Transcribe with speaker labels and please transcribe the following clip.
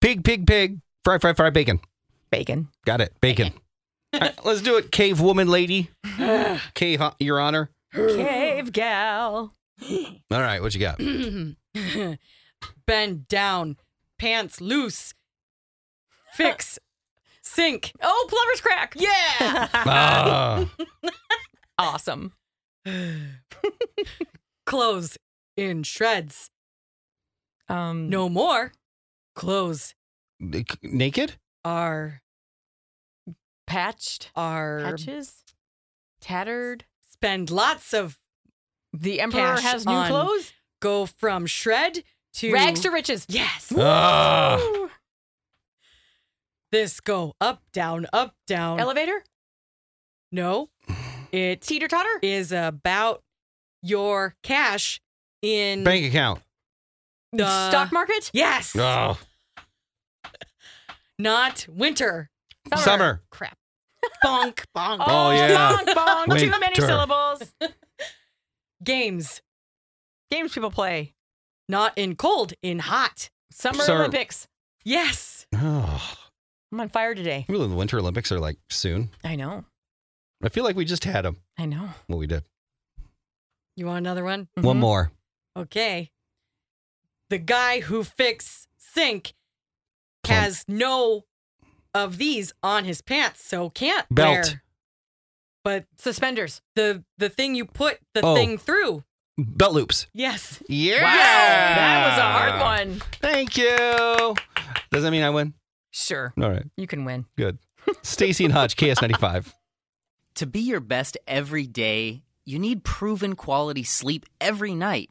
Speaker 1: Pig, pig, pig. Fry, fry, fry, bacon.
Speaker 2: Bacon.
Speaker 1: Got it. Bacon. All right, let's do it, cave woman lady. cave, hon- your honor.
Speaker 2: Cave gal.
Speaker 1: All right, what you got?
Speaker 3: Bend down, pants loose, fix, sink.
Speaker 2: Oh, plumber's crack.
Speaker 3: Yeah.
Speaker 1: Ah,
Speaker 2: Awesome.
Speaker 3: Clothes in shreds.
Speaker 2: Um,
Speaker 3: No more. Clothes
Speaker 1: naked?
Speaker 3: are
Speaker 2: patched
Speaker 3: are
Speaker 2: patches, tattered.
Speaker 3: spend lots of
Speaker 2: The emperor
Speaker 3: Cash
Speaker 2: has new
Speaker 3: on
Speaker 2: clothes.
Speaker 3: go from shred to
Speaker 2: Rags to riches.
Speaker 3: yes.
Speaker 1: Ah,
Speaker 2: Ooh.
Speaker 3: This go up down up
Speaker 2: Um,
Speaker 3: down.
Speaker 2: Elevator.
Speaker 3: no, it
Speaker 2: Teeter totter.
Speaker 3: is about your cash in
Speaker 1: bank account.
Speaker 3: the
Speaker 2: Stock market.
Speaker 3: Yes,
Speaker 1: Oh,
Speaker 3: not winter.
Speaker 1: Ah. summer.
Speaker 2: Crap.
Speaker 3: Bonk bonk.
Speaker 1: Oh, yeah.
Speaker 2: Bong, bong. Too many
Speaker 1: Winter.
Speaker 2: syllables.
Speaker 3: Games
Speaker 2: Games people play.
Speaker 3: not in cold in hot.
Speaker 2: Summer
Speaker 1: Sir.
Speaker 2: Olympics.
Speaker 3: Yes,
Speaker 1: Oh,
Speaker 2: I'm on fire today.
Speaker 1: really, the Winter Olympics are like soon.
Speaker 2: I know.
Speaker 1: I feel like we just had them.
Speaker 2: I know.
Speaker 1: Well, we did.
Speaker 3: you want another one?
Speaker 1: One
Speaker 2: Mhm.
Speaker 1: more.
Speaker 3: Okay. The guy who fix sink
Speaker 1: Plum-
Speaker 3: has no of these on his pants, so can't
Speaker 1: Belt.
Speaker 3: wear. But
Speaker 2: Suspenders.
Speaker 3: the the thing you put the
Speaker 1: Oh.
Speaker 3: thing through.
Speaker 1: Belt loops.
Speaker 3: Yes.
Speaker 1: Yeah.
Speaker 2: That was a hard one.
Speaker 1: Thank you. Does that mean I win?
Speaker 2: Sure.
Speaker 1: All right.
Speaker 2: You can win.
Speaker 1: Good. Stacy and Hodge, KS95.
Speaker 4: To be your best every day, you need proven quality sleep every night.